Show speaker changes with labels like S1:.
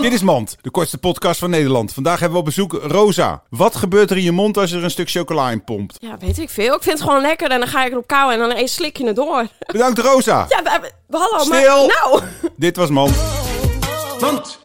S1: Dit is Mand, de kortste podcast van Nederland. Vandaag hebben we op bezoek Rosa. Wat gebeurt er in je mond als je er een stuk chocola in pompt?
S2: Ja, weet ik veel. Ik vind het gewoon lekker en dan ga ik erop kauwen en dan eens slik je het door.
S1: Bedankt Rosa.
S2: Ja, we, we- hallo,
S1: Stil.
S2: maar... Nou...
S1: Dit was Mand.